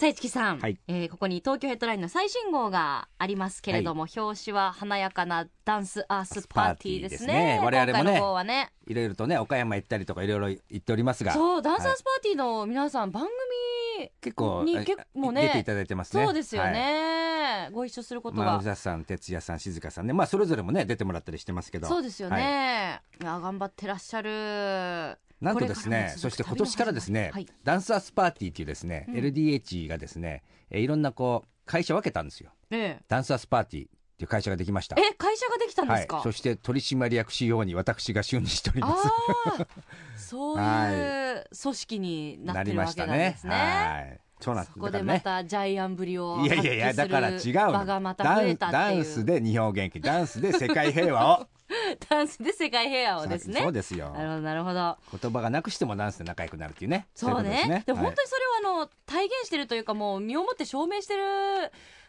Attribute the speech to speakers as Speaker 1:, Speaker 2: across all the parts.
Speaker 1: さあ、市木さん、
Speaker 2: はい
Speaker 1: えーここに東京ヘッドラインの最新号がありますけれども、表紙は華やかなダンスアースパーティーですね。
Speaker 2: パーティーですね我々もね
Speaker 1: 今回の号はね。
Speaker 2: いろいろとね岡山行ったりとかいろいろ行っておりますが
Speaker 1: そう、ダンスア
Speaker 2: は
Speaker 1: ー
Speaker 2: い
Speaker 1: スパーティーの皆さん、番組、
Speaker 2: 結構
Speaker 1: に
Speaker 2: え
Speaker 1: 結構ね
Speaker 2: 出ていただいてますね
Speaker 1: そうですよ
Speaker 2: はい
Speaker 1: ね、ご一緒すること
Speaker 2: まあ、
Speaker 1: が
Speaker 2: 宇。佐さん、哲也さん、静香さんね、まあ、それぞれもね、出てもらったりしてますけど。
Speaker 1: そうですよ
Speaker 2: はい
Speaker 1: ね、いや頑張ってらっしゃる
Speaker 2: なんとですね、そして今年からですね、
Speaker 1: はい、
Speaker 2: ダンサースパーティーっていうですね、
Speaker 1: うん
Speaker 2: LDH がですね、えーいろんなこう、会社分けたんですよ。
Speaker 1: え
Speaker 2: ダンサースパーティーっていう会社ができました。
Speaker 1: ええ会社ができたんですか、
Speaker 2: はい。そして取締役 CEO に私が就任しております。
Speaker 1: ああ、そういう組織 になってるわけなんですね。
Speaker 2: はい。そうなんで
Speaker 1: そ
Speaker 2: す。
Speaker 1: こ
Speaker 2: だか
Speaker 1: で
Speaker 2: ら
Speaker 1: ま
Speaker 2: ね。
Speaker 1: たジャイアンぶりを
Speaker 2: い
Speaker 1: 発
Speaker 2: や
Speaker 1: 揮
Speaker 2: い
Speaker 1: す
Speaker 2: やいや、
Speaker 1: る
Speaker 2: だから違う
Speaker 1: 場
Speaker 2: の。
Speaker 1: がまた
Speaker 2: ダ
Speaker 1: 増え
Speaker 2: ン
Speaker 1: たっていう
Speaker 2: ダンスで日本元気、ダンスで世界平 和を。
Speaker 1: ダンスで世界平和をですね。
Speaker 2: そうですよ
Speaker 1: な。るほどなるほど。
Speaker 2: 言葉がなくしてもダンスで仲良くなるっていうね。
Speaker 1: そう
Speaker 2: いこと
Speaker 1: ね。
Speaker 2: す
Speaker 1: でも
Speaker 2: はい
Speaker 1: 本当にそれはあの体現してるというかもう身をもって証明してる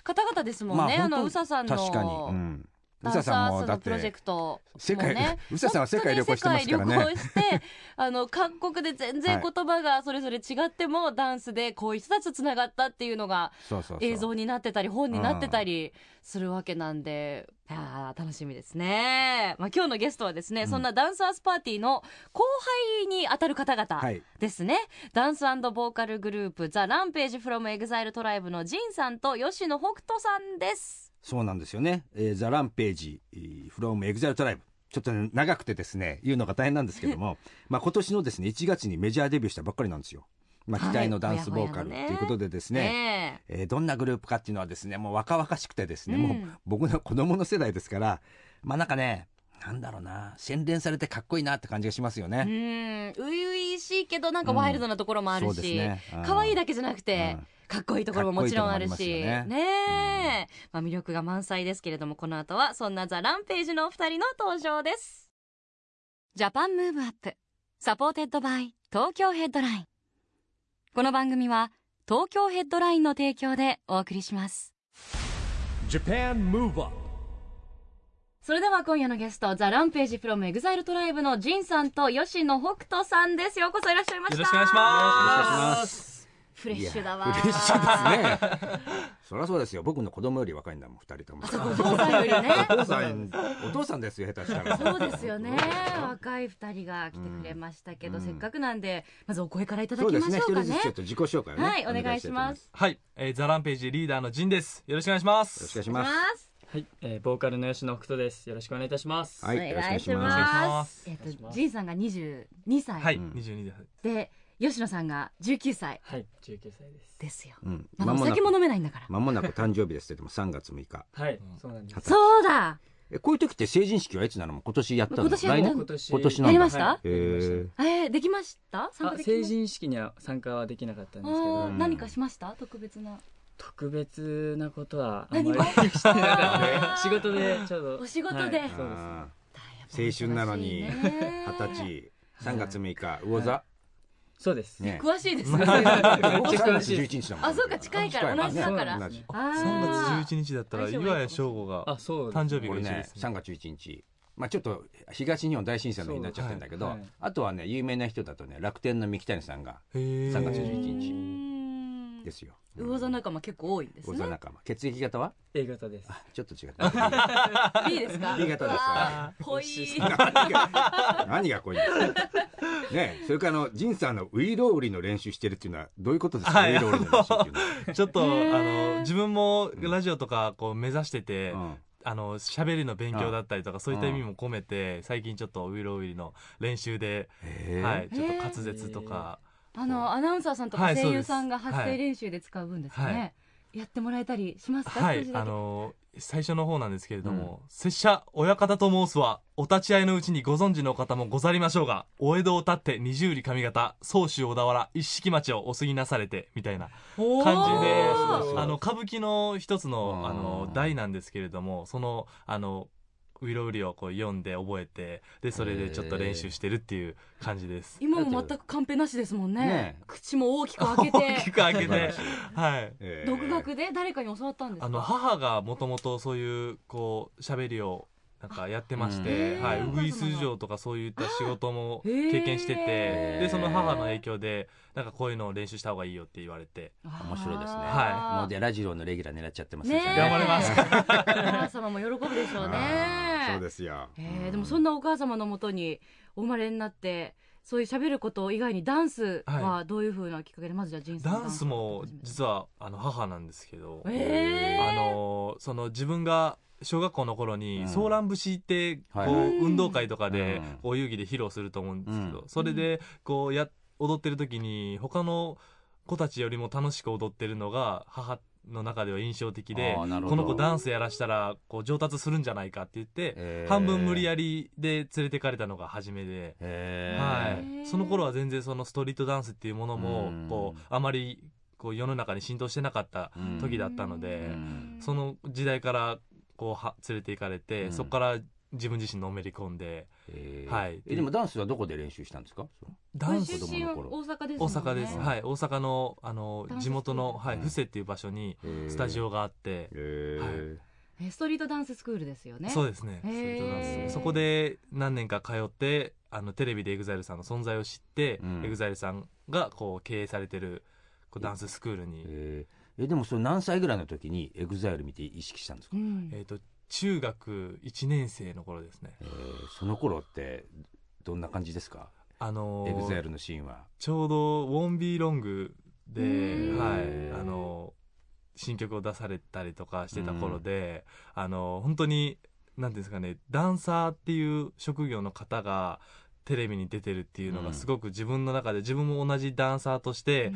Speaker 1: 方々ですもんね。あ、
Speaker 2: 本
Speaker 1: の
Speaker 2: 当
Speaker 1: うささんの
Speaker 2: 確かに、うん、
Speaker 1: ダ
Speaker 2: う
Speaker 1: ンサ
Speaker 2: さ
Speaker 1: ー
Speaker 2: さんもだ
Speaker 1: の
Speaker 2: っ
Speaker 1: プロジェ
Speaker 2: て
Speaker 1: クト
Speaker 2: 世
Speaker 1: も
Speaker 2: 界
Speaker 1: ね
Speaker 2: うささんは世界旅行してますからね
Speaker 1: 本当に世界旅行して あの各国で全然言葉がそれぞれ違っても、ダンスでこういう人たちとつながったっていうのが
Speaker 2: そうそうそう
Speaker 1: 映像になってたり本になってたりするわけなんで、いやー楽しみですね、まあ、今日のゲストはですね、
Speaker 2: うん
Speaker 1: そんなダンサースパーティーの後輩に当たる方々
Speaker 2: はい
Speaker 1: ですね、ダンスボーカルグループザ・ランページ・フロム・エグザイル・トライブのジンさんと吉野北斗さんです
Speaker 2: そうなんですよね「えー、ザ・ランページ・フロム・エグザイル・トライブ」ちょっとね長くてですね言うのが大変なんですけど もまあ今年のですね1月にメジャーデビューしたばっかりなんですよ、まあ、
Speaker 1: はい
Speaker 2: 期待のダンスボーカル
Speaker 1: ほ
Speaker 2: と
Speaker 1: やほやのね
Speaker 2: いうことでですね,、
Speaker 1: ねえ
Speaker 2: えーどんなグループかっていうのはですねもう若々しくてですね、
Speaker 1: うん
Speaker 2: もう僕の子供の世代ですからまあなんかねなんだろうな洗練されてかっこいいなって感じがしますよ
Speaker 1: う
Speaker 2: ね。
Speaker 1: ん初々しいけどなんかワイルドなところもある
Speaker 2: そう
Speaker 1: し、
Speaker 2: ですね
Speaker 1: 可愛いだけじゃなくて、
Speaker 2: うん
Speaker 1: かっこいいところももちろんあるし
Speaker 2: かっこいいところもあります
Speaker 1: ねえ、まあ、魅力が満載ですけれどもこの後はそんなザ・ランページのお二人の登場ですジャパンムーブアップサポーテッドバイ東京ヘッドラインこの番組は東京ヘッドラインの提供でお送りします
Speaker 3: JAPAN MOVE UP
Speaker 1: それでは今夜のゲストザ・ランページフロムエグザイルトライブのジンさんと吉野北斗さんですようこそいらっしゃいました
Speaker 4: よろしくお願いします
Speaker 2: す。
Speaker 1: フレッシュだわ
Speaker 2: いやフレッシュです ね。そりゃそうですよ。僕の子供より若いんだもん、二人とも。
Speaker 1: お父さんよりね
Speaker 2: お父さん、お父さんですよ、下手したら。
Speaker 1: そうですよね若い二人が来てくれましたけど、
Speaker 2: うん
Speaker 1: せっかくなんでまずお声からいただ
Speaker 2: そう
Speaker 1: き
Speaker 2: で
Speaker 1: ますし
Speaker 2: ね。
Speaker 1: ょ
Speaker 2: 一
Speaker 1: うか
Speaker 2: 人
Speaker 1: ね
Speaker 2: ずつちょっと自己紹介をね。
Speaker 1: はいお願いします
Speaker 4: はい、えー、ザランページリーダーのジンです。よろしくお願いします。
Speaker 2: よろしくお願いし
Speaker 1: お願い
Speaker 2: ま
Speaker 1: し
Speaker 2: す。
Speaker 1: ます
Speaker 5: はい、えーボーカルの吉野北斗です。よろしくお願いいたします。
Speaker 2: はい
Speaker 1: お願いし
Speaker 2: よろしくお願い
Speaker 4: し
Speaker 1: ま
Speaker 4: ますす
Speaker 1: えっ
Speaker 5: お願いし
Speaker 1: と
Speaker 5: ます
Speaker 1: ジンさんが22歳、
Speaker 4: はい、
Speaker 2: うん
Speaker 4: 二十二です。
Speaker 1: で吉野さんが19歳
Speaker 5: はい、19歳です。
Speaker 1: ですよ、
Speaker 2: うん。
Speaker 1: まだお
Speaker 2: もな
Speaker 1: 酒も
Speaker 2: く、
Speaker 1: 飲めないんだから、
Speaker 2: まもなく誕生日ですけども、3月6日。
Speaker 5: はい、
Speaker 4: うん
Speaker 5: そうなんです。
Speaker 2: 二十歳
Speaker 1: そうだ
Speaker 2: え、こういう時って成人式はいつなのもう今年やったの
Speaker 1: 今年やった
Speaker 2: 来年
Speaker 5: 今年
Speaker 2: 今年なんだ
Speaker 1: やりました
Speaker 5: はい
Speaker 2: へ
Speaker 5: やりました
Speaker 2: ー
Speaker 1: えー、できました参加
Speaker 5: あ
Speaker 1: できま
Speaker 5: 成
Speaker 1: した
Speaker 5: 人式には参加はできなかったん
Speaker 1: あ
Speaker 5: ですけど、
Speaker 1: ー何かしました特別な
Speaker 5: 特別なことはあん
Speaker 1: 何
Speaker 5: ま
Speaker 1: も
Speaker 5: りしてな かった仕事でちょうど
Speaker 1: お仕事で
Speaker 5: はいそうです
Speaker 2: あー青春なのに
Speaker 1: やっぱ忙しい
Speaker 2: 二
Speaker 1: ね
Speaker 2: 十歳、3月6日、魚座。
Speaker 5: そうです、
Speaker 2: ね
Speaker 1: 詳し いですね
Speaker 5: めっちゃ
Speaker 2: 3
Speaker 5: 詳
Speaker 2: 月
Speaker 5: しいです
Speaker 2: 11日だもん。
Speaker 1: あそうか近いから同じだから
Speaker 2: 同じ
Speaker 1: あー
Speaker 4: 三月十一日だったら
Speaker 1: 大丈夫
Speaker 4: 岩谷翔吾が
Speaker 5: あそうです
Speaker 4: 誕生日
Speaker 2: こ
Speaker 4: が
Speaker 2: れ
Speaker 4: 一緒で
Speaker 2: ね
Speaker 4: す、
Speaker 2: 3
Speaker 4: ね。
Speaker 2: 月11日、まあ、ちょっと東日本大震災の日になっちゃってるんだけど、
Speaker 5: そうはいはい
Speaker 2: あとはね有名な人だとね楽天の三木谷さんが
Speaker 4: へー
Speaker 2: 3月11日
Speaker 1: 日
Speaker 2: ですよ
Speaker 1: 魚座仲間結構多いんです
Speaker 2: 魚座
Speaker 1: ね。
Speaker 2: 仲間血液型は
Speaker 5: A 型です
Speaker 2: あちょっと違った
Speaker 1: いいですか。
Speaker 2: B 型です
Speaker 1: わあ ぽい。
Speaker 5: 美味しい
Speaker 1: あ
Speaker 2: 何が何が濃いんですかねそれからあの仁さんのウイロウリの練習してるっていうのはどういうことですか、
Speaker 4: はい
Speaker 2: ウイロウリの練習っていうの は、
Speaker 4: ちょっと
Speaker 1: へ
Speaker 4: あ
Speaker 1: ー
Speaker 4: の自分もラジオとかこう目指してて、
Speaker 2: うん
Speaker 4: あの喋りの勉強だったりとかそういった意味も込めて、最近ちょっとウイロウイの練習で、
Speaker 2: へー
Speaker 4: はい、ちょっと滑舌とか、
Speaker 1: のアナウンサーさんとか
Speaker 4: はい
Speaker 1: 声優さんが発
Speaker 4: そう
Speaker 1: 声
Speaker 4: です
Speaker 1: 練習で使う分ですよね。やってもらえたりしますか、
Speaker 4: は
Speaker 1: 少し
Speaker 4: い
Speaker 1: だけ
Speaker 4: あのー最初の方なんですけれども、拙者親方と申すはお立ち会いのうちにご存知の方もござりましょうがお江戸を立って二十里上方宗州小田原一色町をお過ぎなされてみたいな
Speaker 1: おー
Speaker 4: 感じで
Speaker 2: おー
Speaker 4: あの歌舞伎の一つの
Speaker 2: あー
Speaker 4: あの題なんですけれどもそのあのウイロウリをこう読んで覚えてでそれでちょっと練習してるっていう感じです。
Speaker 1: 今も全くカンペなしですもんね
Speaker 2: ねえ
Speaker 1: 口も大きく開け
Speaker 4: 大き
Speaker 1: て
Speaker 4: く開け
Speaker 2: 素晴ら
Speaker 4: て
Speaker 2: しい、
Speaker 4: はい、
Speaker 2: えー
Speaker 1: 独学で誰かに教わったんですか
Speaker 4: あの母がもともとそういうこう喋りをなんかやってまし
Speaker 2: あ
Speaker 4: て、
Speaker 2: へー
Speaker 4: はい、ウ
Speaker 2: お母様
Speaker 4: グイス嬢とかそういった仕事も
Speaker 1: あー
Speaker 4: 経験してて、
Speaker 1: へ
Speaker 2: ー
Speaker 4: でその母の影響でなんかこういうのを練習した方がいいよって言われて、
Speaker 2: 面白いですね
Speaker 4: は
Speaker 2: もうでラジローのレギュラー狙っちゃってます
Speaker 1: ねえ
Speaker 4: 頑張りますす
Speaker 1: お母様も喜ぶで しょうね
Speaker 2: そうですよ
Speaker 1: えーでもそんなお母様のもとにお生まれになってそういう喋ること以外にダンスはどういうふうなきっかけでまずじゃあ人生
Speaker 4: ダンスも実はあの母なんですけど、
Speaker 1: えー
Speaker 4: あのその自分が小学校の頃
Speaker 2: う
Speaker 4: に
Speaker 2: ん
Speaker 4: ソーラン節ってこう、
Speaker 2: はいはい
Speaker 4: 運動会とかで
Speaker 2: うん
Speaker 4: お遊戯で披露すると思うんですけど、
Speaker 2: う
Speaker 4: それでこうや踊ってる時に他の子たちよりも楽しく踊ってるのが母の中では印象的で
Speaker 2: あーなるほ
Speaker 4: こ
Speaker 2: ど
Speaker 4: の子ダンスやらしたらこう上達するんじゃないかって言って、
Speaker 2: えー
Speaker 4: 半分無理やりで連れてかれたのが初めで。
Speaker 2: えー
Speaker 4: はい、その頃は全然そのストリートダンスっていうものも
Speaker 2: うん
Speaker 4: こうあまりこう世の中に浸透してなかった
Speaker 2: うん
Speaker 4: 時だったので、
Speaker 2: うん
Speaker 4: その時代からこうは連れて行かれて、
Speaker 2: うん
Speaker 4: そこから自分自身のめり込んで
Speaker 2: えー
Speaker 4: はい
Speaker 2: えでもダンスはどこで練習したんですか
Speaker 4: ダンス
Speaker 2: 子
Speaker 1: ご
Speaker 2: 供
Speaker 1: 出身
Speaker 2: の
Speaker 1: は
Speaker 2: 頃
Speaker 1: 大阪で
Speaker 4: 大
Speaker 1: すもんね
Speaker 4: 阪です、
Speaker 2: ね
Speaker 4: はい、大阪のあの
Speaker 1: ダンススクール
Speaker 4: 地元の、はい、
Speaker 2: うん
Speaker 4: 布施っていう場所にス
Speaker 2: ス
Speaker 4: タジオがあって、
Speaker 2: え
Speaker 1: えーストリートダンススクールですよね
Speaker 4: そうですね、
Speaker 1: へー
Speaker 4: ストリートダンスねそこで何年か通ってあのテレビで EXILE さんの存在を知って、
Speaker 2: うん
Speaker 4: EXILE さんがこう経営されてるこうダンススクールに
Speaker 2: ーえーえでもそれ何歳ぐらいの時にエグザイル見て意識したんですか、
Speaker 1: うん
Speaker 4: えー、と中学1年生の頃ですね、
Speaker 2: えーその頃ってどんな感じですか
Speaker 4: あの
Speaker 2: エ
Speaker 4: ー
Speaker 2: グザイルのシーンは
Speaker 4: ちょうど「ウォンビーロングで」
Speaker 1: うん
Speaker 4: はいあのー新曲を出されたりとかしてた頃で、あのー本当に何ていうんですかねダンサーっていう職業の方がテレビに出てるっていうの
Speaker 2: うん
Speaker 4: がすごく自分の中で自分も同じダンサーとして
Speaker 1: うん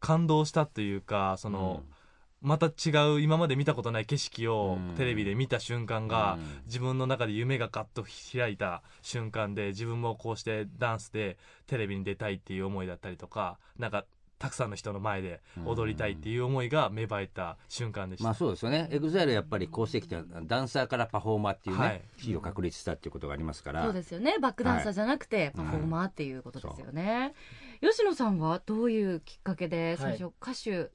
Speaker 4: 感動したというかそ
Speaker 2: そ
Speaker 4: の、また違う今まで見たことない景色を
Speaker 2: うん
Speaker 4: テレビで見た瞬間が、自分の中で夢がガッと開いた瞬間で自分もこうしてダンスでテレビに出たいっていう思いだったりとかなんかたくさんの人の前で踊りたいっていう思いが芽生えた瞬間でした、
Speaker 2: まあそうですよねエグザイルやっぱり功績っていうのはダンサーからパフォーマーっていうね、
Speaker 4: はい
Speaker 2: 地位を確立したっていうことがありますから
Speaker 1: そうですよねバックダンサーじゃなくてパフォーマーっていうことですよね、吉野さんはどういうきっかけで最初歌手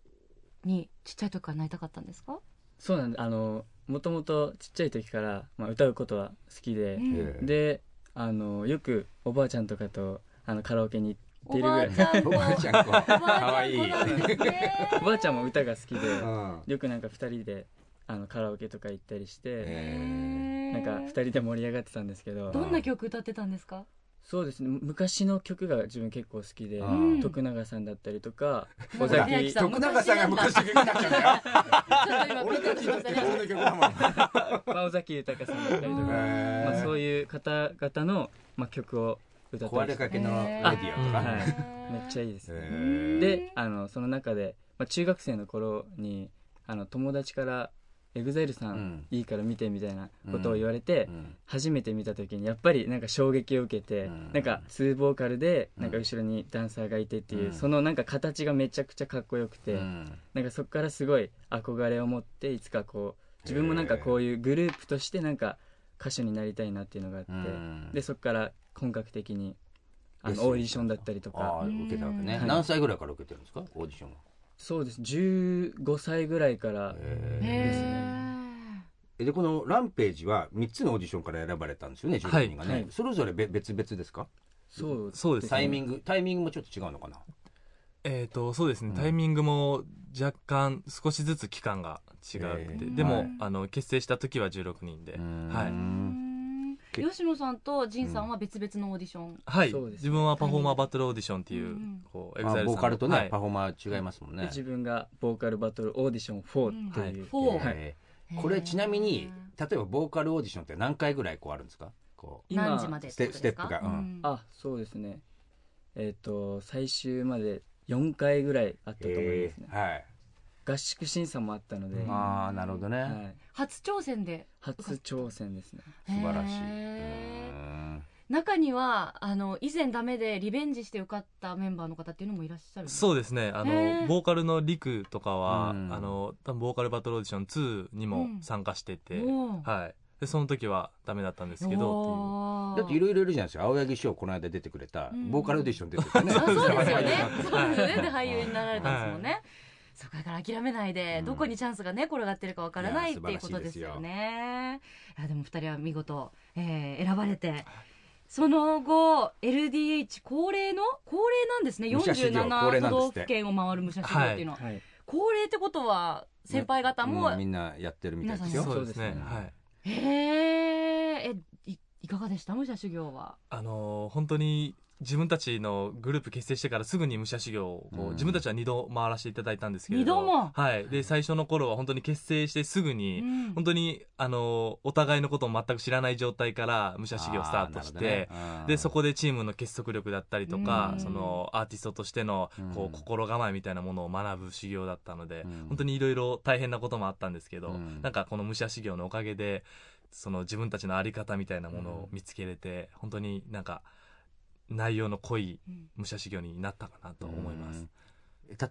Speaker 1: にちっちゃい時からなりたかったんですか、
Speaker 5: そうなんであのもともとちっちゃい時から、まあ、歌うことは好きで、
Speaker 1: うん
Speaker 2: えー
Speaker 5: であのよくおばあちゃんとかとあのカラオケに行って
Speaker 1: お
Speaker 5: いるぐ
Speaker 1: ば
Speaker 5: ら
Speaker 1: あ
Speaker 5: い
Speaker 1: ちゃん
Speaker 2: おばあち
Speaker 1: も
Speaker 2: ゃんこ
Speaker 1: おばあ
Speaker 2: かわ
Speaker 1: ち
Speaker 2: い
Speaker 1: ゃ
Speaker 2: い、
Speaker 1: ん子なんですね
Speaker 5: おばあちゃんも歌が好きで
Speaker 2: うん
Speaker 5: よくなんか2人であのカラオケとか行ったりして、
Speaker 2: え
Speaker 5: なんか2人で盛り上がってたんですけ
Speaker 1: ど
Speaker 5: ど
Speaker 1: んな曲歌ってたんですか
Speaker 5: そうですね昔の曲が自分結構好きで、
Speaker 2: うん
Speaker 5: 徳永さんだったりとか
Speaker 1: もう
Speaker 5: 尾
Speaker 1: 千秋
Speaker 5: 崎
Speaker 2: ー、徳永さんが昔の曲になっ ちゃったよ
Speaker 1: ちょっと今ピンときました
Speaker 2: の
Speaker 1: ね
Speaker 2: 曲だもん
Speaker 5: まあ尾崎豊さんだったりとか、
Speaker 2: へー
Speaker 5: まあ、そういう方々の、まあ、曲を歌った
Speaker 2: 壊
Speaker 5: り
Speaker 2: れ
Speaker 5: して
Speaker 2: かけのレディオとか、
Speaker 4: あ
Speaker 5: はいめっちゃ
Speaker 1: い
Speaker 5: いいですね、
Speaker 2: え
Speaker 5: であのその中で、まあ、中学生の頃にあの友達から「エグザイルさん、
Speaker 2: うん
Speaker 5: いいから見て」みたいなことを言われて、
Speaker 2: ーうん
Speaker 5: 初めて見た時にやっぱりなんか衝撃を受けて、
Speaker 2: うん
Speaker 5: なんか2ボーカルで
Speaker 2: うん
Speaker 5: なんか後ろにダンサーがいてっていう、
Speaker 2: うん
Speaker 5: そのなんか形がめちゃくちゃかっこよくて、
Speaker 2: うん
Speaker 5: なんかそこからすごい憧れを持っていつかこう自分もなんかこういうグループとしてなんか歌手になりたいなっていうのがあって、
Speaker 2: うん
Speaker 5: でそこから本格的にあ
Speaker 2: レッス
Speaker 5: の
Speaker 2: ン
Speaker 5: オーディションだったりと
Speaker 2: あ
Speaker 5: か
Speaker 2: あ受けたわけね、
Speaker 5: はい
Speaker 2: 何歳ぐらいから受けてるんですかオーディションは
Speaker 5: そうです15歳ぐらいから
Speaker 2: えでこの「ランページ」は3つのオーディションから選ばれたんですよね
Speaker 4: はい
Speaker 2: 12人がね、
Speaker 5: はい
Speaker 2: それぞれべ別々ですか
Speaker 5: そう
Speaker 4: そうです
Speaker 2: タイミ
Speaker 5: グ
Speaker 2: ングタイミングもちょっと違うのかな
Speaker 4: えー、とそうですね、
Speaker 2: うん
Speaker 4: タイミングも若干少しずつ期間が違うって、
Speaker 2: えー
Speaker 4: でも、
Speaker 2: はい
Speaker 4: あの結成した時は16人で、は
Speaker 2: はいけ
Speaker 1: 吉野さんと仁さんは別々のオーディション、
Speaker 4: はい、
Speaker 5: そうですね
Speaker 4: 自分はパフォーマーバトルオーディションっていう,、
Speaker 1: うん
Speaker 4: こう
Speaker 2: まあ
Speaker 4: EXILE
Speaker 2: ボーカルとね、
Speaker 4: はい
Speaker 2: パフォーマー違いますもんね、
Speaker 5: 自分がボーカルバトルオーディション4っていう、
Speaker 1: うんはい
Speaker 5: はい
Speaker 2: えーこれちなみに例えばボーカルオーディションって何回ぐらいこうあるんですかこ
Speaker 5: 今
Speaker 1: 何時までってことで
Speaker 2: ステス
Speaker 1: すか
Speaker 2: テップがうん
Speaker 5: あそうですねえっ、と最終まで4回ぐらいあった
Speaker 2: う
Speaker 5: と思いますね、
Speaker 2: えーはい
Speaker 5: 合宿審査もあったので、
Speaker 4: うん
Speaker 5: は
Speaker 2: ああなるほどね、
Speaker 5: い、
Speaker 1: 初挑戦で
Speaker 5: 初挑戦ですね
Speaker 2: 素晴らしい
Speaker 1: へー
Speaker 2: うん
Speaker 1: 中にはあの以前ダメでリベンジして受かったメンバーの方っていうのもいらっしゃるう
Speaker 4: そうですねあの、
Speaker 1: へー
Speaker 4: ボーカルのリクとかは、
Speaker 2: うん
Speaker 4: あの多分ボーカルバトルオーディション2にも参加してて、
Speaker 1: うん
Speaker 4: はい、でその時はダメだったんですけど
Speaker 1: ど
Speaker 2: だっていろいろいるじゃないですか青柳翔この間出てくれた、
Speaker 1: うん
Speaker 2: ボーカルオーディション出てたね。
Speaker 1: あそうですよね そうですよね。で俳優になられたんですもんね。そこから諦めないで、
Speaker 2: うん
Speaker 1: どこにチャンスがね転がってるかわからないいっ
Speaker 2: や
Speaker 1: ていうことですよ
Speaker 2: 素晴
Speaker 1: ね。いやでも二人は見事、えー選ばれて。その後 LDH 恒例の恒例なんですね
Speaker 2: 武者修行恒例
Speaker 1: 47
Speaker 2: な
Speaker 1: 都
Speaker 2: んです
Speaker 1: 道
Speaker 2: って
Speaker 1: 府県を回る武者修行っていうのは、
Speaker 5: はい
Speaker 1: 恒例ってことは先輩方も、
Speaker 2: うんみんなやってるみたいですよ
Speaker 5: 皆さんや
Speaker 4: そう
Speaker 5: っ
Speaker 4: ですね
Speaker 5: そうですね
Speaker 4: はい
Speaker 1: へええいいかがでした武者修行は
Speaker 4: あの本当に自分たちのグループ結成してからすぐに武者修行をこう、
Speaker 2: うん
Speaker 4: 自分たちは2度回らせていただいたんですけれど
Speaker 1: 二度も
Speaker 4: はい、で最初の頃は本当に結成してすぐに、
Speaker 1: うん
Speaker 4: 本当にあのお互いのことを全く知らない状態から武者修行スタートして、でそこでチームの結束力だったりとか
Speaker 1: うん
Speaker 4: そのアーティストとしてのこ
Speaker 2: うん
Speaker 4: う心構えみたいなものを学ぶ修行だったので
Speaker 2: うん
Speaker 4: 本当にいろいろ大変なこともあったんですけど
Speaker 2: うん
Speaker 4: なんかこの武者修行のおかげでその自分たちの在り方みたいなものを見つけれて本当になんか内容の濃い
Speaker 1: うん
Speaker 4: 武者修行になったかなと思います。
Speaker 2: す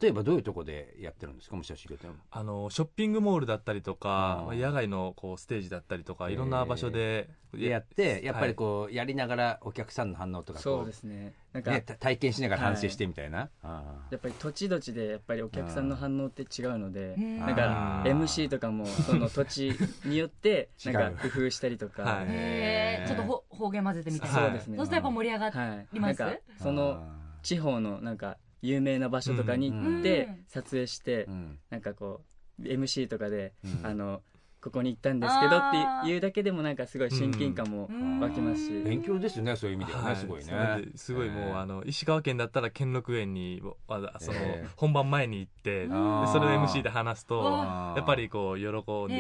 Speaker 2: 例えばどういうとこでやってるんですか武者修行って
Speaker 4: あのショッピングモールだったりとか
Speaker 2: うん
Speaker 4: 野外のこうステージだったりとか
Speaker 2: へー
Speaker 4: いろんな場所で
Speaker 2: やってやっぱり
Speaker 4: う
Speaker 2: こうやりながらお客さんの反応とかこ
Speaker 5: そうですねなんか、
Speaker 2: ね、た体験しながら反省してみたいな、あ
Speaker 5: やっぱり土地土地でやっぱりお客さんの反応って違うので、
Speaker 1: うん
Speaker 5: なんか
Speaker 2: あー
Speaker 5: MC とかもその土地によ って
Speaker 2: 違
Speaker 5: な
Speaker 2: うん
Speaker 5: か工夫したりとか、
Speaker 4: はい
Speaker 1: へえちょっとほ方言混ぜてみたいな、
Speaker 4: はい
Speaker 5: そうですね
Speaker 1: そうするとやっぱ盛り上がっ
Speaker 5: はい、
Speaker 1: いま
Speaker 5: なん
Speaker 1: す
Speaker 5: か
Speaker 2: ー
Speaker 5: その
Speaker 2: あ
Speaker 5: 地方のなんか有名な場所とかに行って
Speaker 1: うん
Speaker 5: 撮影して、
Speaker 2: ーうん
Speaker 5: なんかこう MC とかで、
Speaker 2: うん
Speaker 5: あのここに行ったんですけど
Speaker 1: あー
Speaker 5: っていうだけでもなんかすごい親近感も
Speaker 1: うん
Speaker 5: 湧きますし、
Speaker 2: 勉強ですよねそういう意味ではね、
Speaker 4: はい
Speaker 2: すごいね
Speaker 4: そうですごいもう、あの石川県だったら兼六園にわざその、
Speaker 2: えー
Speaker 4: 本番前に行って、
Speaker 1: うん
Speaker 4: でそれで MC で話す
Speaker 1: う
Speaker 4: と
Speaker 1: わ
Speaker 2: あー
Speaker 4: やっぱりこう喜んでいただけるんで、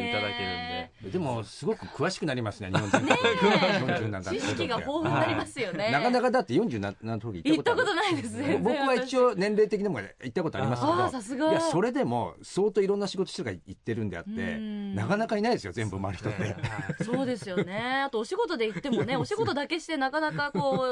Speaker 1: へ
Speaker 2: でもすごく詳しくなりますね日 本人ね
Speaker 1: え
Speaker 2: 40なんだって
Speaker 1: 知識が豊富になりますよね。
Speaker 2: なかなかだって47の時
Speaker 1: 行
Speaker 2: 行っ
Speaker 1: っ
Speaker 2: た
Speaker 1: た
Speaker 2: こと
Speaker 1: こ
Speaker 2: あ
Speaker 1: と
Speaker 2: る
Speaker 1: ないです。全然
Speaker 2: 僕は一。応年齢的にも行ったことありますけ
Speaker 1: ああ、さ
Speaker 2: ど
Speaker 1: すが。
Speaker 2: いやそれでも相当いろんな仕事してから行ってるんであって
Speaker 1: うん
Speaker 2: なかなかいないですよ全部回る人って
Speaker 4: はい
Speaker 1: そうですよ ね。あとお仕事で行ってもね、お仕事だけしてなかなかこ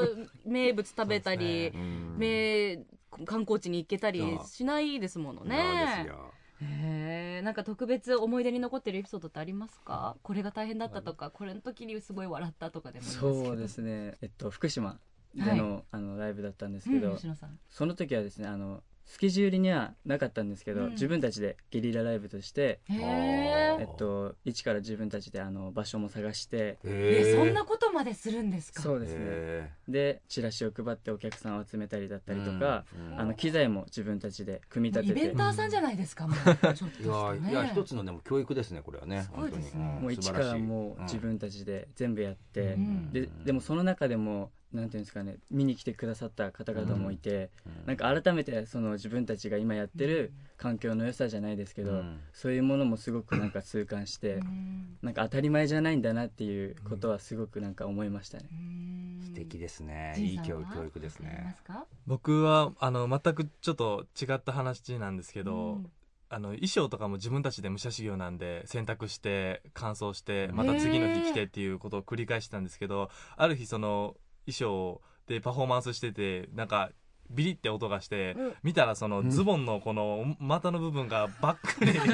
Speaker 1: う名物食べたり、
Speaker 2: うん
Speaker 1: 名観光地に行けたり
Speaker 2: そう
Speaker 1: しないですもの
Speaker 2: そうです
Speaker 1: ね。
Speaker 2: よ
Speaker 1: へえ、なんか特別思い出に残ってるエピソードってありますか？これが大変だったとか、これの時にすごい笑ったとかでもいいですけど。
Speaker 5: そうですねえっと福島での,、あのライブだったんです
Speaker 1: う
Speaker 5: け
Speaker 1: ん。
Speaker 5: ど、
Speaker 1: 吉野さん。
Speaker 5: その時はですねあのスケジュールにはなかったんですけど、
Speaker 1: うん
Speaker 5: 自分たちでゲリラライブとして、
Speaker 1: へ
Speaker 2: お
Speaker 5: えっと、一から自分たちであの場所も探して
Speaker 1: え。
Speaker 2: へ
Speaker 1: え、
Speaker 2: ー
Speaker 1: そんなことまでするんですか？
Speaker 5: そうですね
Speaker 2: へ
Speaker 5: でチラシを配ってお客さんを集めたりだったりとか、
Speaker 2: ーうん
Speaker 5: あの機材も自分たちで組み
Speaker 1: もうイ
Speaker 5: 立
Speaker 1: ベ
Speaker 5: て
Speaker 1: ン
Speaker 5: て
Speaker 1: ターさんじゃないですか、もうちょっ とし
Speaker 2: いや
Speaker 1: たね
Speaker 2: いや一つのでも教育ですねこれはね
Speaker 1: すごいですね
Speaker 5: もう一からもう自、分たちで全部やって、
Speaker 1: うん
Speaker 5: ででもその中でもなんていうんですかね見に来てくださった方々もいて、なん
Speaker 2: か
Speaker 5: か改めてその自分たちが今やってる環境の良さじゃないですけど、そういうものもすごくなんか痛感して、
Speaker 1: うん
Speaker 5: なんか当たり前じゃないんだなっていうことはすごくなんか思いましたね。
Speaker 1: うん
Speaker 2: 素敵ですね
Speaker 1: ジ
Speaker 2: い
Speaker 1: ン
Speaker 2: い
Speaker 1: さんは
Speaker 2: 教教育です
Speaker 1: ありま
Speaker 2: ね
Speaker 1: すか
Speaker 4: 僕はあの全くちょっと違った話なんですけど、
Speaker 1: うん
Speaker 4: あの衣装とかも自分たちで武者修行なんで洗濯して乾燥してまた次の日着てっていうことを繰り返してたんですけど、ある日その衣装でパフォーマンスしててなんかビリって音がして、
Speaker 1: うん
Speaker 4: 見たらそのズボンのこの股の部分がバックに 裂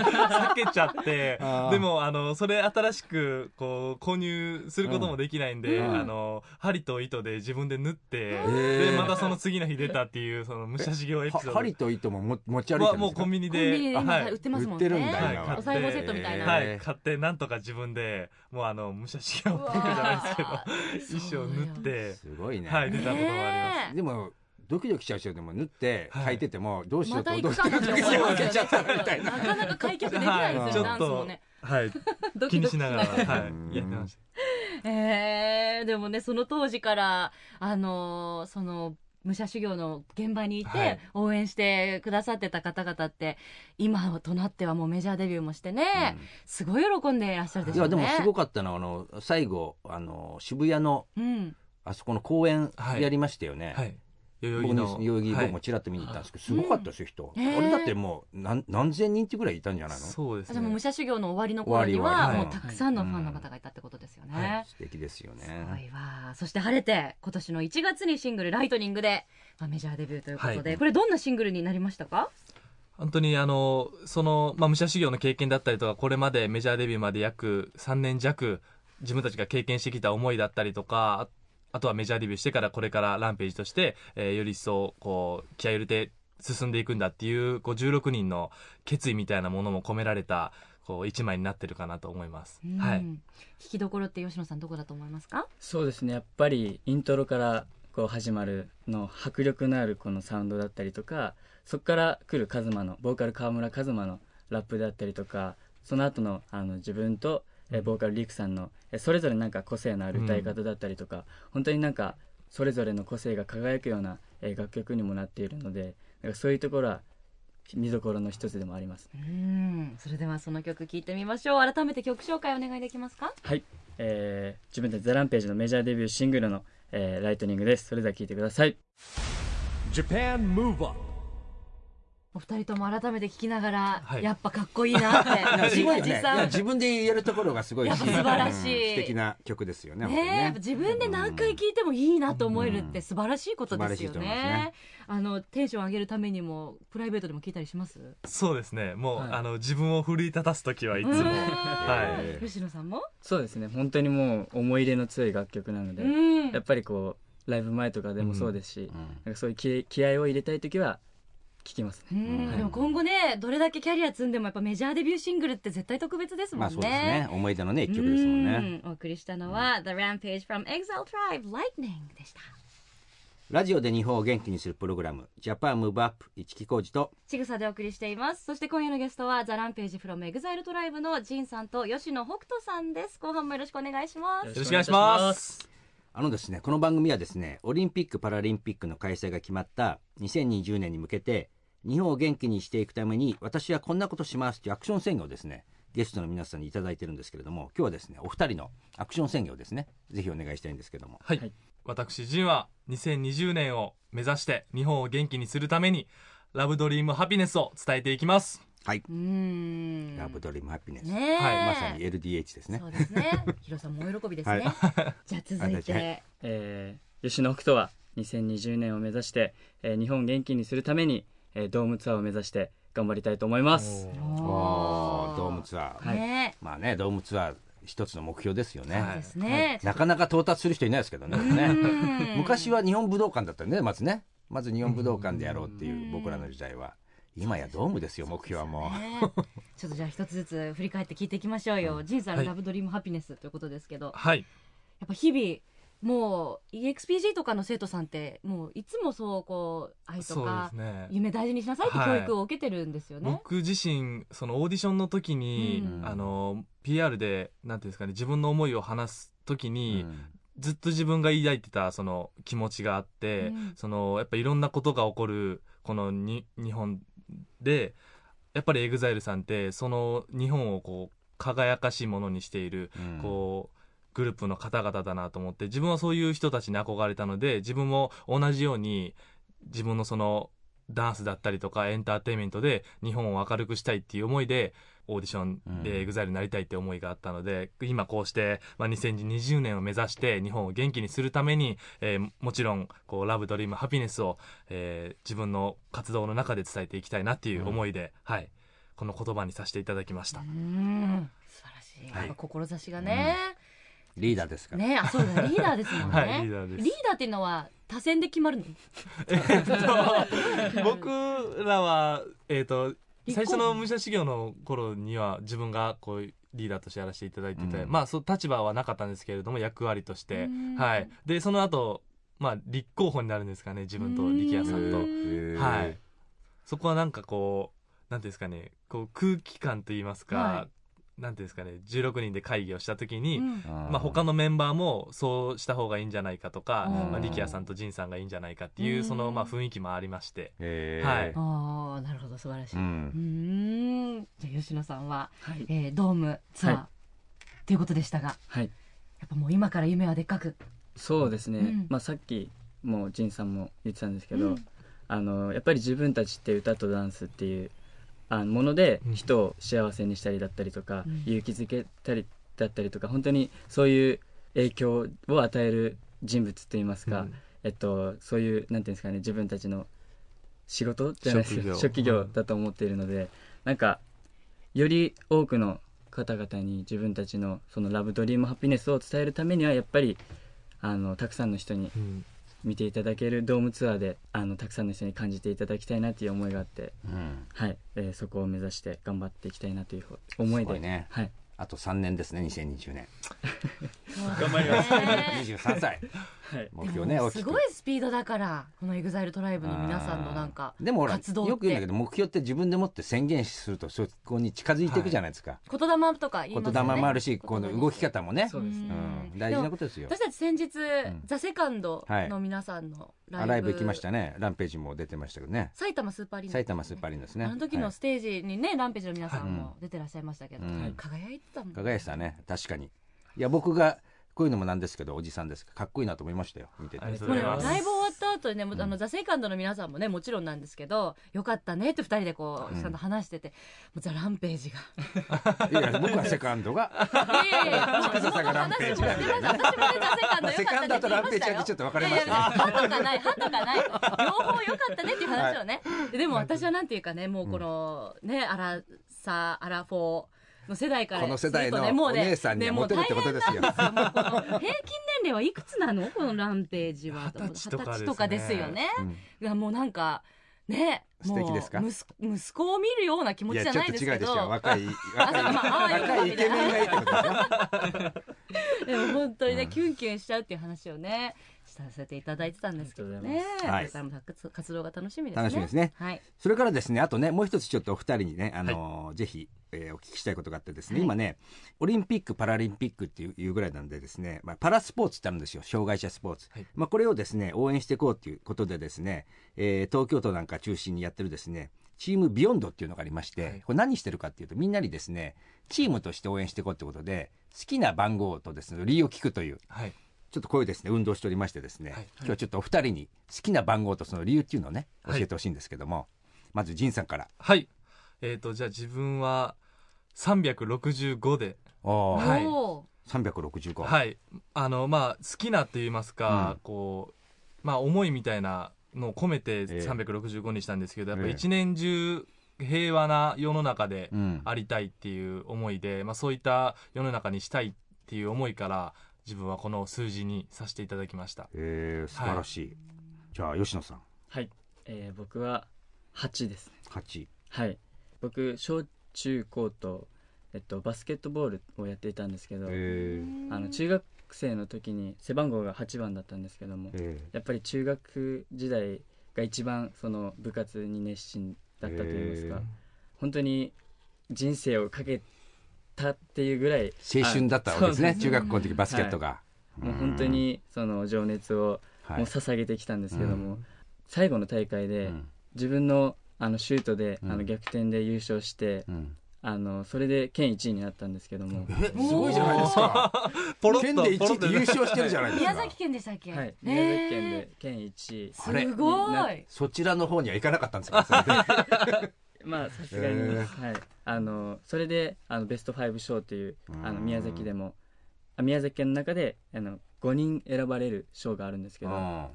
Speaker 4: けちゃって
Speaker 2: あー
Speaker 4: でもあのそれ新しくこう購入することもできないんで、
Speaker 2: うん
Speaker 4: あの針と糸で自分で縫って、
Speaker 2: ー
Speaker 4: でまたその次の日出たっていうその武者修行エピ
Speaker 2: は
Speaker 4: ソード
Speaker 2: 針と糸もも持ち歩いて
Speaker 4: は
Speaker 2: るん
Speaker 4: もう
Speaker 2: ですか
Speaker 4: コンビ
Speaker 1: コ
Speaker 4: ニ
Speaker 1: ンビ
Speaker 4: で
Speaker 1: ニで今
Speaker 4: はい
Speaker 1: 売ってます
Speaker 2: 売
Speaker 1: もん
Speaker 2: っ
Speaker 1: ね
Speaker 2: てるんだ
Speaker 4: はい買
Speaker 2: 今
Speaker 4: って
Speaker 2: は
Speaker 1: お裁縫セットみたいな
Speaker 4: は
Speaker 2: へ
Speaker 4: い、
Speaker 2: ー
Speaker 4: 買ってなんとか自分でもうあの武者修行
Speaker 1: う
Speaker 4: っ
Speaker 1: わ
Speaker 4: ぽくじゃないですけど
Speaker 1: ー
Speaker 4: 衣装を縫って
Speaker 2: すごいね、
Speaker 4: はい出たこともあ
Speaker 1: ねえ
Speaker 2: でもドキドキしちゃう人でも縫って
Speaker 4: はい
Speaker 2: 履いててもどうしよ
Speaker 1: ま
Speaker 2: うと
Speaker 1: た
Speaker 2: 思
Speaker 1: 行
Speaker 2: どう
Speaker 1: く
Speaker 2: し
Speaker 1: か
Speaker 2: よ
Speaker 1: なって思い
Speaker 2: と
Speaker 1: ます
Speaker 2: けちゃ
Speaker 1: よ
Speaker 2: ったみたい
Speaker 1: ね
Speaker 2: な
Speaker 1: なかなか開脚できないですよね
Speaker 4: は
Speaker 1: ダン
Speaker 4: い
Speaker 1: スもね
Speaker 4: りますはい
Speaker 1: ド
Speaker 4: 気
Speaker 1: キ
Speaker 4: に
Speaker 1: ドキ
Speaker 4: しながらは
Speaker 2: うん
Speaker 4: いやってまし
Speaker 1: えーでもねその当時からあのーその武者修行の現場にいて、
Speaker 4: はい
Speaker 1: 応援してくださってた方々って今となってはもうメジャーデビューもしてね、すごい喜んでいらっしゃるで
Speaker 2: い
Speaker 1: しょう
Speaker 2: やで
Speaker 1: ね。
Speaker 2: もすごかったのはあの最後あの渋谷の
Speaker 1: うん、
Speaker 2: あそこの公園
Speaker 4: はい
Speaker 2: やりましたよね、
Speaker 4: たはい代々
Speaker 2: 僕
Speaker 4: 木の
Speaker 2: ね代々木
Speaker 4: はい
Speaker 2: 僕もちらっと見に行ったんですけどすごかったですよ人あ
Speaker 1: うん
Speaker 2: れだってもう何何千人ってぐらいいたんじゃないの素
Speaker 4: そうです
Speaker 1: あ
Speaker 4: ね
Speaker 1: でもう武者修行の終わりの頃
Speaker 4: 終
Speaker 1: には
Speaker 4: わり終わり
Speaker 1: もうたくさんのファンの方がいたってことですよ
Speaker 4: はいは
Speaker 1: ね。
Speaker 2: 敵ですよ
Speaker 1: すご
Speaker 2: ね
Speaker 1: いわそして晴れて今年の1月にシングル「ライトニングで」まあ、メジャーデビューということで、
Speaker 4: はい
Speaker 1: これどんなシングルになりましたか
Speaker 4: 本当にあのその、まあ、武者修行の経験だったりとかこれまでメジャーデビューまで約3年弱自分たちが経験してきた思いだったりとかああとはメジャーデビューしてからこれからランページとして、えーより一層こう気合い入れて進んでいくんだっていうこう16人の決意みたいなものも込められたこう一枚になってるかなと思います。
Speaker 1: うん
Speaker 4: はい
Speaker 1: 聞きどころって吉野さんどこだと思いますか
Speaker 5: そうですねやっぱりイントロからこう始まるの迫力のあるこのサウンドだったりとかそこから来るカズマのボーカル川村カズマのラップだったりとかその後のあの自分とえーボーカルリクさんのえーそれぞれなんか個性のある歌い方だったりとか、本当になんかそれぞれの個性が輝くようなえー楽曲にもなっているのでなんかそういうところは見どころの一つでもありますね
Speaker 1: うんそれではその曲聞いてみましょう改めて曲紹介お願いできますか
Speaker 5: はい、えー、自分たちザランページのメジャーデビューシングルの、えーライトニングですそれでは聴いてください
Speaker 3: Japan Move Up
Speaker 1: お二人とも改めて聞きながら、
Speaker 4: はい
Speaker 1: やっぱかっこいいなって
Speaker 2: す
Speaker 1: 自
Speaker 2: ごいね
Speaker 1: 画
Speaker 2: い
Speaker 1: 自
Speaker 2: や
Speaker 1: 賛
Speaker 2: 自分でやるところがすごいし
Speaker 1: やっぱ素晴らしい
Speaker 2: うん素敵な曲ですよね本当に
Speaker 1: ねえ、やっ
Speaker 2: ね
Speaker 1: ぱ自分で何回聞いてもいいなと思えるっ
Speaker 2: う
Speaker 1: て
Speaker 2: ん
Speaker 1: 素晴らしいことです
Speaker 2: 素晴ら
Speaker 1: よ
Speaker 2: しいと思いますね
Speaker 1: ね。あのテンション上げるためにもプライベートでも聞いたりします。
Speaker 4: そうですねもう、
Speaker 5: はい
Speaker 4: あの自分を奮い立たす時はいつも、
Speaker 1: うーん
Speaker 4: はい
Speaker 1: 吉野さんも。
Speaker 5: そうですね本当にもう思い入れの強い楽曲なので、
Speaker 1: うん
Speaker 5: やっぱりこうライブ前とかでもそうですし、
Speaker 2: うん
Speaker 5: なんかそういう気気合を入れたい時は聴きますね
Speaker 1: うんでも今後ねどれだけキャリア積んでもやっぱメジャーデビューシングルって絶対特別ですも
Speaker 2: まあ
Speaker 1: んね。
Speaker 2: そうですね思い出のね一曲ですもんね
Speaker 1: うんお送りしたのは、The Rampage from Exile Tribe Lightning でした。
Speaker 2: ラジオで日本を元気にするプログラムジャパンムーブアップ一木工事と
Speaker 1: ちぐさでお送りしていますそして今夜のゲストはザランページフロムエグザイルトライブのジンさんと吉野北斗さんです後半もよろしくお願いします
Speaker 4: よろしくお願いします。
Speaker 2: あのですね、この番組はですね、オリンピック・パラリンピックの開催が決まった2020年に向けて、日本を元気にしていくために、私はこんなことしますというアクション宣言をですね、ゲストの皆さんにいただいてるんですけれども、今日はですね、お二人のアクション宣言をですね、ぜひお願いしたいんですけども。
Speaker 4: はい、
Speaker 5: はい
Speaker 4: 私ジンは2020年を目指して日本を元気にするためにラブドリームハピネスを伝えていきます
Speaker 2: はい。
Speaker 1: うーん
Speaker 2: ラブドリームハピネス。
Speaker 1: ねえ、
Speaker 4: はい
Speaker 2: まさに LDH ですね
Speaker 1: そ。うですねヒロさんもお喜びですね、じゃあ続いて、
Speaker 2: は
Speaker 5: えー吉野北斗は2020年を目指して、えー日本を元気にするために、えードームツアーを目指して頑張りたいと思います
Speaker 2: お
Speaker 1: お
Speaker 2: ードームツアー。
Speaker 5: はい
Speaker 1: ね
Speaker 2: まあね、ドームツアー一つの目標ですよね。
Speaker 1: え
Speaker 4: は
Speaker 1: で
Speaker 4: い
Speaker 1: すね、
Speaker 2: なかなか到達する人いないですけどね。ね
Speaker 1: うん
Speaker 2: 昔は日本武道館だったよねまずねまず日本武道館でやろうって
Speaker 1: う
Speaker 2: い
Speaker 1: ん
Speaker 2: う僕らの時代は今やドームですよ目標はもう
Speaker 1: ねちょっとじゃあ一つずつ振り返って聞いていきましょうよ、ジンさんの
Speaker 4: はい
Speaker 1: ラブドリームハピネスということですけど、
Speaker 4: はい
Speaker 1: やっぱ日々もう EXPG とかの生徒さんってもういつもそうこう愛と
Speaker 4: そうで
Speaker 1: か
Speaker 4: すね
Speaker 1: 夢大事にしなさいって
Speaker 4: はい
Speaker 1: 教育を受けてるんですよね。
Speaker 4: 僕自身そのオーディションの時に、
Speaker 2: うん
Speaker 4: あの PR でなんていうんですかね自分の思いを話す時に、ずっと自分が抱いてたその気持ちがあって、
Speaker 1: うん
Speaker 4: そのやっぱいろんなことが起こるこのに日本でやっぱり EXILE さんってその日本をこう輝かしいものにしている
Speaker 2: うん
Speaker 4: こうグループの方々だなと思って自分はそういう人たちに憧れたので自分も同じように自分のそのダンスだったりとかエンターテインメントで日本を明るくしたいっていう思いでオーディションで EXILE になりたいって思いがあったので、今こうして、まあ、2020年を目指して日本を元気にするために、えーもちろんこうラブドリームハピネスを、えー自分の活動の中で伝えていきたいなっていう思いで、はいこの言葉にさせていただきました
Speaker 1: う。ん素晴らしい、
Speaker 4: はい
Speaker 1: やっぱ志がね、
Speaker 2: リーダーですから
Speaker 1: ねあそうだねリーダーですもんね、
Speaker 4: はいリーダーです
Speaker 1: ダーっていうのは多選で決まるの
Speaker 4: 僕らは、えっと
Speaker 1: 立候補
Speaker 4: 最初の武者修行の頃には自分がこうリーダーとしてやらせていただいてて、
Speaker 2: うん
Speaker 4: まあそう立場はなかったんですけれども役割として
Speaker 1: うん、
Speaker 4: はい、でその後、まあ立候補になるんですかね自分と力也
Speaker 2: へ
Speaker 4: さん
Speaker 2: ー
Speaker 4: と、はい、そこはなんかこうなんていうんですかねこう空気感といいますか、
Speaker 1: は
Speaker 4: なんていうんですかね16人で会議をした時に、
Speaker 1: うん
Speaker 2: うん
Speaker 4: まあ、他のメンバーもそうした方がいいんじゃないかとか、
Speaker 1: うん
Speaker 4: まあ、力也さんと仁さんがいいんじゃないかっていううんそのまあ雰囲気もありまして、
Speaker 2: へー
Speaker 4: はい
Speaker 1: ああなるほど素晴らしい、
Speaker 2: う
Speaker 1: うんーんじゃあ吉野さんは、
Speaker 5: はい、
Speaker 1: えードームツアー、
Speaker 5: はい
Speaker 1: ということでしたが
Speaker 5: はい
Speaker 1: やっぱもう今から夢はでっかく
Speaker 5: そうですね、
Speaker 1: うん
Speaker 5: まあ、さっきもう仁さんも言ってたんですけ
Speaker 1: う
Speaker 5: ど、
Speaker 1: ん
Speaker 5: あのやっぱり自分たちって歌とダンスっていうあのもので
Speaker 4: うん
Speaker 5: 人を幸せにしたりだったりとか、
Speaker 1: うん
Speaker 5: 勇気づけたりだったりとか本当にそういう影響を与える人物といいますか、
Speaker 4: うん
Speaker 5: えっと、そういうなんていうんですかね自分たちの仕事じゃないですけ
Speaker 4: 職
Speaker 5: ど
Speaker 4: 業
Speaker 5: 職業だと思っているので、なんかより多くの方々に自分たちのそのラブドリームハピネスを伝えるためにはやっぱりあのたくさんの人に
Speaker 4: うん
Speaker 5: 見ていただけるドームツアーであのたくさんの人に感じていただきたいなという思いがあって、
Speaker 2: うん
Speaker 5: はいえーそこを目指して頑張っていきたいなという思い
Speaker 2: すご
Speaker 5: で
Speaker 2: いね
Speaker 5: はい、
Speaker 2: あと3年ですね2020年
Speaker 1: 頑
Speaker 4: 張ります
Speaker 2: 23歳
Speaker 5: はい、
Speaker 2: 目標ね大き
Speaker 1: す
Speaker 2: く
Speaker 1: ごいスピードだからこの EXILE トライブの皆さんのなんか
Speaker 2: うんでもほらよ
Speaker 1: 活動って
Speaker 2: く言うんだけど目標って自分でもって宣言するとそこに近づいていくじゃないですか、
Speaker 1: 言霊とか言い
Speaker 2: 言
Speaker 1: ますよね
Speaker 2: 霊もあるしこの動き方もね
Speaker 5: そうですね
Speaker 2: うん、大事なことですよ
Speaker 1: 私たち先日、
Speaker 2: ん
Speaker 1: ザ・セカンド
Speaker 2: はい
Speaker 1: の皆さんのライ
Speaker 2: あ
Speaker 1: ブ,、
Speaker 2: ライブ行きましたねランページも出てましたけどね
Speaker 1: 埼玉スーパーアリーナ
Speaker 2: 埼玉スーパーアリーナですね
Speaker 1: あの時
Speaker 2: は
Speaker 1: の
Speaker 2: い
Speaker 1: ステージにね、ランページの皆さん
Speaker 2: は
Speaker 1: も出てらっしゃいましたけど、
Speaker 2: うん
Speaker 1: 輝いてたもん
Speaker 2: 加賀谷さんね確かにいや僕がこういうのもなんですけどおじさんですかかっこいいなと思いましたよ見てて
Speaker 4: ありがとう
Speaker 1: も
Speaker 4: ご
Speaker 1: う
Speaker 4: ざ
Speaker 1: ね
Speaker 4: います
Speaker 1: ライブ終わった後にね、もうあのザ・セカンドの皆さんもねもちろんなんですけどよかったねって二人でこう、ちゃんと話しててもうザ・ランペー ジが
Speaker 2: いや僕はセカンドが
Speaker 1: いやいやいやもうその
Speaker 2: さんがランページ
Speaker 1: 話もしてました私もねザ・セカンド
Speaker 2: まあ
Speaker 1: よ
Speaker 2: セ
Speaker 1: か
Speaker 2: カ
Speaker 1: っ
Speaker 2: ン
Speaker 1: たね
Speaker 2: ド
Speaker 1: って
Speaker 2: と
Speaker 1: 言い
Speaker 2: ランページ
Speaker 1: ましたよ
Speaker 2: はちょっと分かれ
Speaker 1: い
Speaker 2: ま
Speaker 1: や
Speaker 2: し
Speaker 1: いや、
Speaker 2: たね
Speaker 1: 歯とかない、歯とかない。両方良かったねっていう話をね。でも私はなんていうかね、もうこの、ね、アラサー、アラフォーの世代から
Speaker 2: この世代の
Speaker 1: するとねもうね
Speaker 2: お姉さんには
Speaker 1: ねも
Speaker 2: モ
Speaker 1: う
Speaker 2: テるってことですよ
Speaker 1: 大変なんですよもうこの平均年齢はいくつなのこのランページは。
Speaker 4: 二十歳とかですね
Speaker 1: 二十ですよね。がもうなんか、ね、もう
Speaker 2: 素敵ですか
Speaker 1: 息子息子を見るような気持
Speaker 2: い
Speaker 1: ちじ
Speaker 2: や
Speaker 1: ゃ
Speaker 2: ちょ
Speaker 1: な
Speaker 2: っ
Speaker 1: い
Speaker 2: と
Speaker 1: です
Speaker 2: 違
Speaker 1: け
Speaker 2: うでしょ
Speaker 1: ど。
Speaker 2: 若い若い
Speaker 1: あまああわよくば
Speaker 2: 若いイ
Speaker 1: みた
Speaker 2: ケ
Speaker 1: いな
Speaker 2: メンがいいってことですね
Speaker 1: でも本当にね、キュンキュンしちゃうっていう話をね、させていただいてたんですけど
Speaker 5: ありが
Speaker 1: ね。
Speaker 2: はい
Speaker 1: これからも活活動が楽しみですね。
Speaker 2: 楽しみですね
Speaker 1: はい。
Speaker 2: それからですね、あとね、もう一つちょっとお二人にね、あのーぜひ、えーお聞きしたいことがあってですね、
Speaker 1: はい
Speaker 2: 今ね、オリンピック・パラリンピックっていういうぐらいなんでですね、まあ、パラスポーツってあるんですよ、障害者スポーツ。
Speaker 4: はい
Speaker 2: まあ、これをですね、応援していこうということでですね、えー東京都なんか中心にやってるですね、チームビヨンドっていうのがありまして、
Speaker 4: はい
Speaker 2: これ何してるかっていうと、みんなにですね、チームとして応援していこうってことで、好きな番号とですね、理由を聞くという、
Speaker 4: はい
Speaker 2: ちょっとこういうですね、運動しておりましてですね、
Speaker 4: はいはい
Speaker 2: 今日はちょっとお二人に好きな番号とその理由っていうのをね、教
Speaker 4: はい
Speaker 2: えてほしいんですけども、まず仁さんから。
Speaker 4: はいえっ、とじゃあ自分は365で
Speaker 2: おー
Speaker 4: はい
Speaker 1: おー
Speaker 2: 365。
Speaker 4: はいあのまあ好きなと言いますか、
Speaker 2: うん
Speaker 4: こうまあ思いみたいなのを込めて
Speaker 2: ええ
Speaker 4: 365にしたんですけど、やっ
Speaker 2: え
Speaker 4: ぱ
Speaker 2: え
Speaker 4: 一年中平和な世の中で
Speaker 2: うん。
Speaker 4: ありたいっていう思いで、まあ、そういった世の中にしたいっていう思いから自分はこの数字にさせていただきました
Speaker 2: えー、素晴らしい。じゃあ、吉野さん、
Speaker 5: はいえー僕は8ですね
Speaker 2: 8。
Speaker 5: はい僕小中高と、えっと、バスケットボールをやっていたんですけど、
Speaker 2: え
Speaker 5: あの中学生の時に背番号が8番だったんですけども
Speaker 2: ー、え
Speaker 5: やっぱり中学時代が一番その部活に熱心だったと言いますか、
Speaker 2: へえ
Speaker 5: 本当に人生をかけたっていうぐらい
Speaker 2: ー、青春だったわけですね。
Speaker 5: あそう
Speaker 2: 中学校の時バスケットが。
Speaker 5: もう本当にその情熱を
Speaker 2: はい
Speaker 5: もう捧げてきたんですけども、最後の大会
Speaker 2: う
Speaker 5: で
Speaker 2: ん。
Speaker 5: 自分のあのシュートで
Speaker 2: うん
Speaker 5: あの逆転で優勝して、
Speaker 2: うん。
Speaker 5: あのそれで県1位になったんですけども
Speaker 2: え、、すごいじゃないですか。
Speaker 4: ポ
Speaker 2: 県で1位で優勝してるじゃないですか。
Speaker 1: 宮崎県でしたっけ
Speaker 5: はい、
Speaker 1: ね
Speaker 5: 宮崎県で県1位
Speaker 2: あれ
Speaker 1: すご。
Speaker 5: ない
Speaker 2: そちらの方には行かなかったんですかそれで
Speaker 5: まあさすがに、
Speaker 2: へー
Speaker 5: はい、あのそれであのベスト5賞という
Speaker 2: うん
Speaker 5: あの宮崎でもあ宮崎県の中であの5人選ばれる賞があるんですけ
Speaker 2: う
Speaker 5: どあ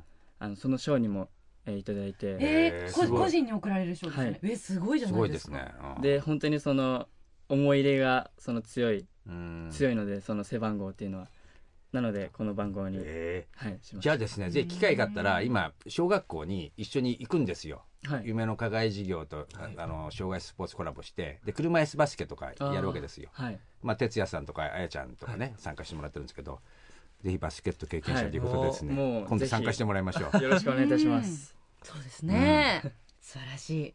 Speaker 2: ん。
Speaker 5: のその賞にも、えーいただいて
Speaker 2: えー
Speaker 1: えー、こ
Speaker 2: すごい
Speaker 1: 個人に送られる賞ですよ
Speaker 5: は
Speaker 1: ね
Speaker 5: い。
Speaker 1: え、すごいじゃ
Speaker 2: す
Speaker 1: な
Speaker 2: ご
Speaker 1: い
Speaker 2: いで
Speaker 1: です
Speaker 2: す
Speaker 1: か。
Speaker 2: ね。うん
Speaker 5: で、本当にその思い入れがその強い
Speaker 2: うん
Speaker 5: 強いのでその背番号っていうのはなのでこの番号に、
Speaker 2: え
Speaker 5: はい、し
Speaker 2: ー
Speaker 5: まし
Speaker 2: じゃあですね、ぜひ機会があったら、今、小学校に一緒に行くんですよ。
Speaker 5: た、はい、
Speaker 2: 夢の課外事業と、あ
Speaker 4: はい
Speaker 2: あの障害スポーツコラボしてで車椅子バスケとかやるわけですよ
Speaker 5: はい、
Speaker 2: まあ哲也さんとかあやちゃんとかね、参加してもらってるんですけどぜひバスケット経験者ということでですね、
Speaker 5: はいもうもう
Speaker 2: 今度
Speaker 5: ぜひ
Speaker 2: 参加してもらいましょう
Speaker 5: よろしくお願いいたします
Speaker 1: そうですね。 素晴らしい。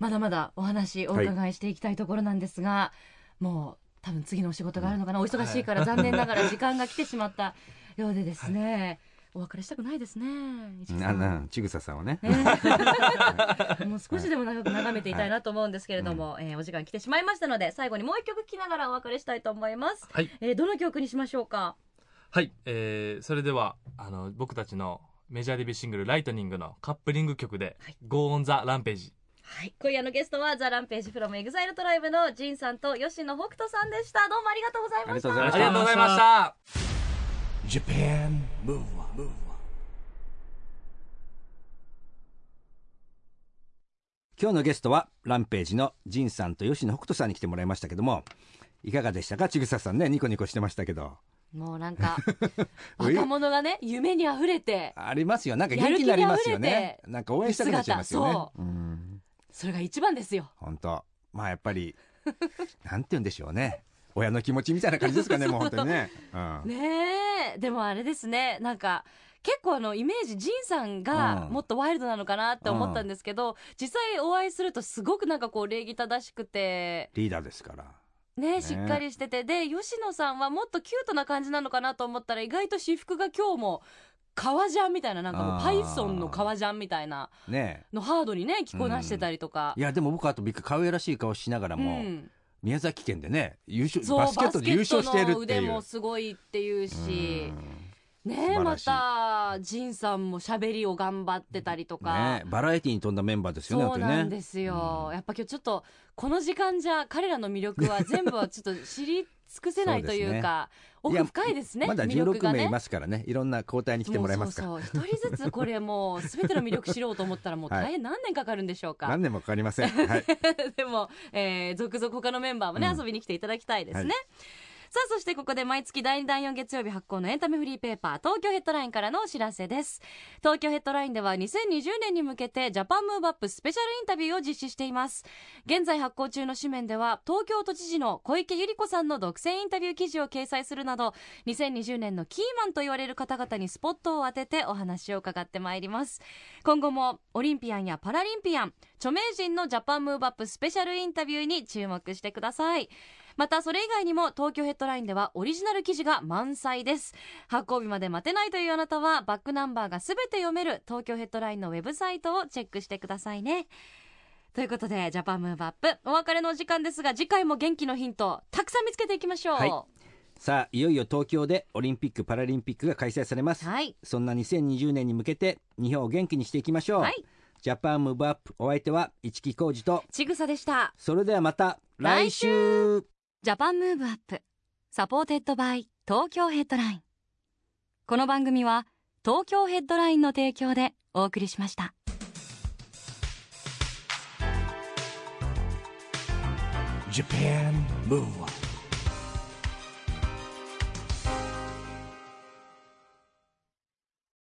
Speaker 1: まだまだお話お伺いしていきたいところなんですが、もう多分次のお仕事があるのかな。お忙しいから残念なが ら時間が来てしまったようでですね。お別れしたくないですね。市來
Speaker 2: な
Speaker 1: さ
Speaker 2: んなちぐささんを ね、
Speaker 1: もう少しでも長く眺めていたいなと思うんですけれども、えーお時間来てしまいましたので、最後にもう一曲聴きながらお別れしたいと思います。
Speaker 4: はい
Speaker 1: えーどの曲にしましょうか
Speaker 4: はい、えーそれではあの僕たちの、メジャーデビューシングル「ライトニング」のカップリング曲で「Go on the Rampage
Speaker 1: はい、今夜のゲストはザランページフロムエグザイルトライブのジンさんと吉野北斗さんでした。どうもありがとうございました。
Speaker 2: ありがとうございまし」
Speaker 4: あ
Speaker 2: た
Speaker 4: りがとうございました
Speaker 3: Japan Move Up, Move Up.
Speaker 2: 今日のゲストはランページのジンさんと吉野北斗さんに来てもらいましたけどもいかがでしたかちぐささんねニコニコしてましたけど
Speaker 1: もうな んか、
Speaker 2: おい
Speaker 1: 若者がね、夢に溢れて、
Speaker 2: ありますよなんか
Speaker 1: や
Speaker 2: 元
Speaker 1: る
Speaker 2: 気に
Speaker 1: 気に
Speaker 2: なりますよね
Speaker 1: 溢れて
Speaker 2: なんか応援したくなっちゃいますよ
Speaker 1: 姿
Speaker 2: ねうん
Speaker 1: それが一番ですよ。
Speaker 2: 本当まあやっぱり なんて言うんでしょうね親の気持ちみたいな感じです かねもう本当にね、うん、
Speaker 1: ねえ、でもあれですね、なんか、結構あのイメージジンさんが
Speaker 2: うん
Speaker 1: もっとワイルドなのかなって思ったんですけど、実際お会いするとすごくなんかこう礼儀正しくて
Speaker 2: リーダーですから
Speaker 1: ねしっかりしててで吉野さんはもっとキュートな感じなのかなと思ったら意外と私服が今日も革ジャンみたいななんかも
Speaker 2: あ
Speaker 1: う
Speaker 2: ー
Speaker 1: パイソンの革ジャンみたいな
Speaker 2: ね
Speaker 1: のハードにね着こなしてたりとか
Speaker 2: えい。やでも僕はあとびっくり可愛らしい顔しながら
Speaker 1: う
Speaker 2: も、
Speaker 1: ん、
Speaker 2: 宮崎県でね優勝
Speaker 1: そう
Speaker 2: バスケットで優勝してるって
Speaker 1: バスケット
Speaker 2: い
Speaker 1: の腕
Speaker 2: う
Speaker 1: もすごいっていうしねえ
Speaker 2: 素晴
Speaker 1: ま
Speaker 2: らしい
Speaker 1: た仁さんもしゃべりを頑張ってたりとか、
Speaker 2: ねえバラエティに富んだメンバーですよね
Speaker 1: そうなんで
Speaker 2: 本
Speaker 1: すよ、やっぱ今日ちょっとこの時間じゃ彼らの魅力は全部はちょっと知り尽くせないというか
Speaker 2: そうですね
Speaker 1: 奥深いです
Speaker 2: 当にねま
Speaker 1: ね
Speaker 2: だ
Speaker 1: 魅力
Speaker 2: 16
Speaker 1: が
Speaker 2: 名
Speaker 1: ね
Speaker 2: いますからねいろんな交代に来てもらえますか
Speaker 1: もうそうそう一人ずつこれもう全ての魅力知ろうと思ったらもう大変何年かかるんでしょうか、
Speaker 2: 何年もかかりません、はい、
Speaker 1: でも、えー続々他のメンバーもね、
Speaker 2: うん
Speaker 1: 遊びに来ていただきたいですね。
Speaker 2: はい
Speaker 1: さあ、そしてここで毎月第2第4月曜日発行のエンタメフリーペーパー、東京ヘッドラインからのお知らせです。東京ヘッドラインでは2020年に向けてジャパンムーブアップスペシャルインタビューを実施しています。現在発行中の紙面では、東京都知事の小池百合子さんの独占インタビュー記事を掲載するなど、2020年のキーマンと言われる方々にスポットを当ててお話を伺ってまいります。今後もオリンピアンやパラリンピアン、著名人のジャパンムーブアップスペシャルインタビューに注目してください。またそれ以外にも東京ヘッドラインではオリジナル記事が満載です。発行日まで待てないというあなたはバックナンバーがすべて読める東京ヘッドラインのウェブサイトをチェックしてくださいね。ということでジャパンムーブアップお別れのお時間ですが次回も元気のヒントたくさん見つけていきましょう。
Speaker 2: はいさあいよいよ東京でオリンピック・パラリンピックが開催されます、
Speaker 1: はい
Speaker 2: そんな2020年に向けて日本を元気にしていきましょう、
Speaker 1: はい
Speaker 2: ジャパンムーブアップお相手は市木浩二と
Speaker 1: ちぐさでした。
Speaker 2: それではまた来週
Speaker 1: ジャパンムーブアップサポーテッドバイ東京ヘッドラインこの番組は東京ヘッドラインの提供でお送りしました「
Speaker 3: Japan Move Up.